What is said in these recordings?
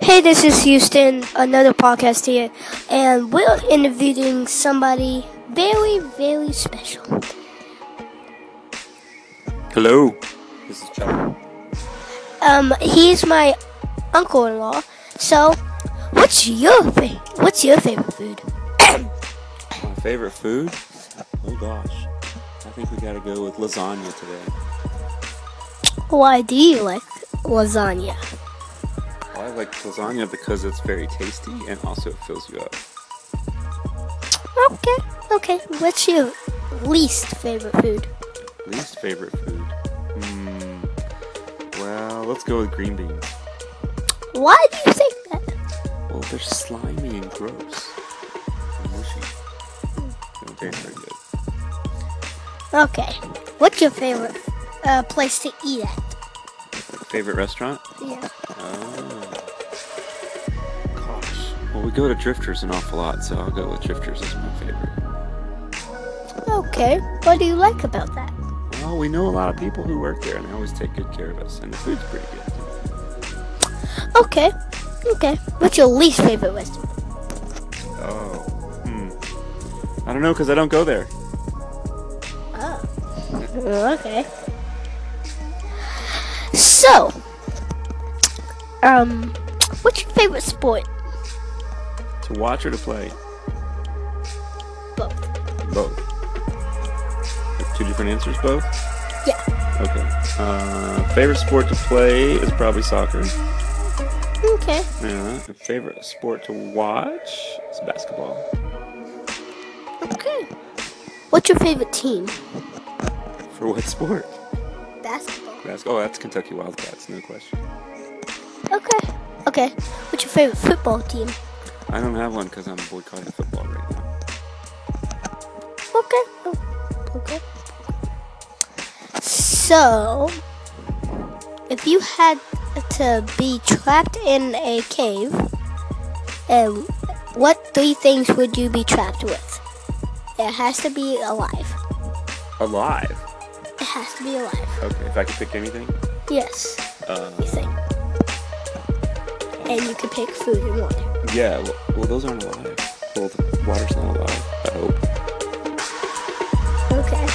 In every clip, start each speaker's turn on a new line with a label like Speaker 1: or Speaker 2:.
Speaker 1: Hey, this is Houston, another podcast here, and we're interviewing somebody very, very special.
Speaker 2: Hello. This is John.
Speaker 1: Um, he's my uncle-in-law. So, what's your fa- what's your favorite food?
Speaker 2: My favorite food? Oh gosh. I think we gotta go with lasagna today.
Speaker 1: Why do you like lasagna?
Speaker 2: Well, I like lasagna because it's very tasty and also it fills you up.
Speaker 1: Okay, okay. What's your least favorite food?
Speaker 2: Least favorite food? Hmm. Well, let's go with green beans.
Speaker 1: Why do you think that?
Speaker 2: Well, they're slimy and gross. And mushy. They don't taste very good.
Speaker 1: Okay, what's your favorite uh, place to eat at?
Speaker 2: Favorite restaurant?
Speaker 1: Yeah.
Speaker 2: Oh. Gosh. Well, we go to Drifters an awful lot, so I'll go with Drifters as my favorite.
Speaker 1: Okay. What do you like about that?
Speaker 2: Well, we know a lot of people who work there, and they always take good care of us, and the food's pretty good.
Speaker 1: Okay. Okay. What's your least favorite restaurant?
Speaker 2: Oh. Hmm. I don't know, because I don't go there.
Speaker 1: Oh. Okay. So, um, what's your favorite sport?
Speaker 2: To watch or to play?
Speaker 1: Both.
Speaker 2: Both. Two different answers, both?
Speaker 1: Yeah.
Speaker 2: Okay. Uh, favorite sport to play is probably soccer.
Speaker 1: Okay.
Speaker 2: Yeah. And favorite sport to watch is basketball.
Speaker 1: Okay. What's your favorite team?
Speaker 2: For what sport?
Speaker 1: Basketball.
Speaker 2: Bas- oh, that's Kentucky Wildcats, no question.
Speaker 1: Okay. Okay. What's your favorite football team?
Speaker 2: I don't have one because I'm boycotting football right now.
Speaker 1: Okay. Oh, Okay. So, if you had to be trapped in a cave, um, what three things would you be trapped with? It has to be alive.
Speaker 2: Alive.
Speaker 1: It has to be alive.
Speaker 2: Okay, if I could pick anything.
Speaker 1: Yes.
Speaker 2: Uh,
Speaker 1: You think. And you can pick food and water.
Speaker 2: yeah, well, well, those aren't alive. Well, the water's not alive. I hope.
Speaker 1: Okay.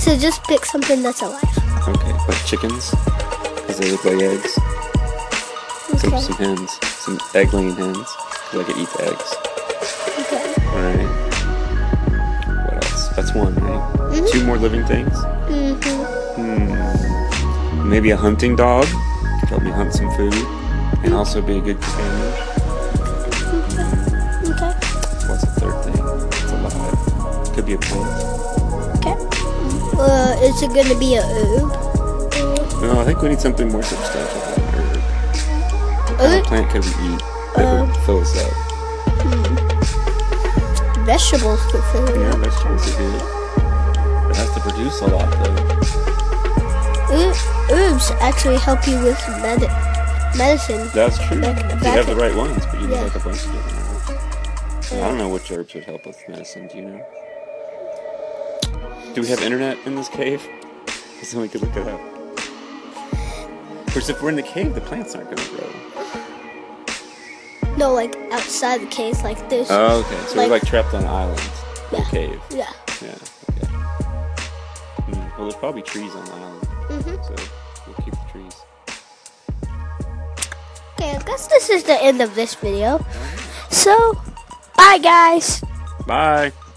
Speaker 1: So just pick something that's alive.
Speaker 2: Okay, like chickens, because they look like eggs. Some,
Speaker 1: Okay.
Speaker 2: some hens, some egg-laying hens, 'cause I could eat the eggs.
Speaker 1: Okay.
Speaker 2: All right. What else? That's one, right?
Speaker 1: Mhm.
Speaker 2: Two more living things.
Speaker 1: Mhm.
Speaker 2: Hmm. Maybe a hunting dog could help me hunt some food, and also be a good companion.
Speaker 1: Okay.
Speaker 2: What's the third thing? It's alive. Could be a plant.
Speaker 1: Okay. Uh, is it gonna be a herb?
Speaker 2: No, I think we need something more substantial than an herb. What
Speaker 1: herb?
Speaker 2: plant could we eat that would fill us up?
Speaker 1: Vegetables for food.
Speaker 2: Yeah, vegetables are good. It has to produce a lot, though.
Speaker 1: Her- Uh, herbs actually help you with med- medicine.
Speaker 2: That's true.
Speaker 1: Like,
Speaker 2: if you
Speaker 1: that
Speaker 2: have the
Speaker 1: could-
Speaker 2: right ones, but you need
Speaker 1: yeah.
Speaker 2: like a bunch of different herbs. And I don't know which herbs would help with medicine. Do you know? Do we have internet in this cave? Because then we could look it up. Of course, if we're in the cave, the plants aren't going to grow.
Speaker 1: No, like outside the case, like this.
Speaker 2: Oh, okay. So
Speaker 1: Like-
Speaker 2: we're like trapped on an island, in a
Speaker 1: Yeah.
Speaker 2: cave.
Speaker 1: yeah.
Speaker 2: Yeah. Okay. Hmm, Well, there's probably trees on the island,
Speaker 1: hmm
Speaker 2: so we'll keep the trees.
Speaker 1: Okay, I guess this is the end of this video. So, bye guys.
Speaker 2: Bye.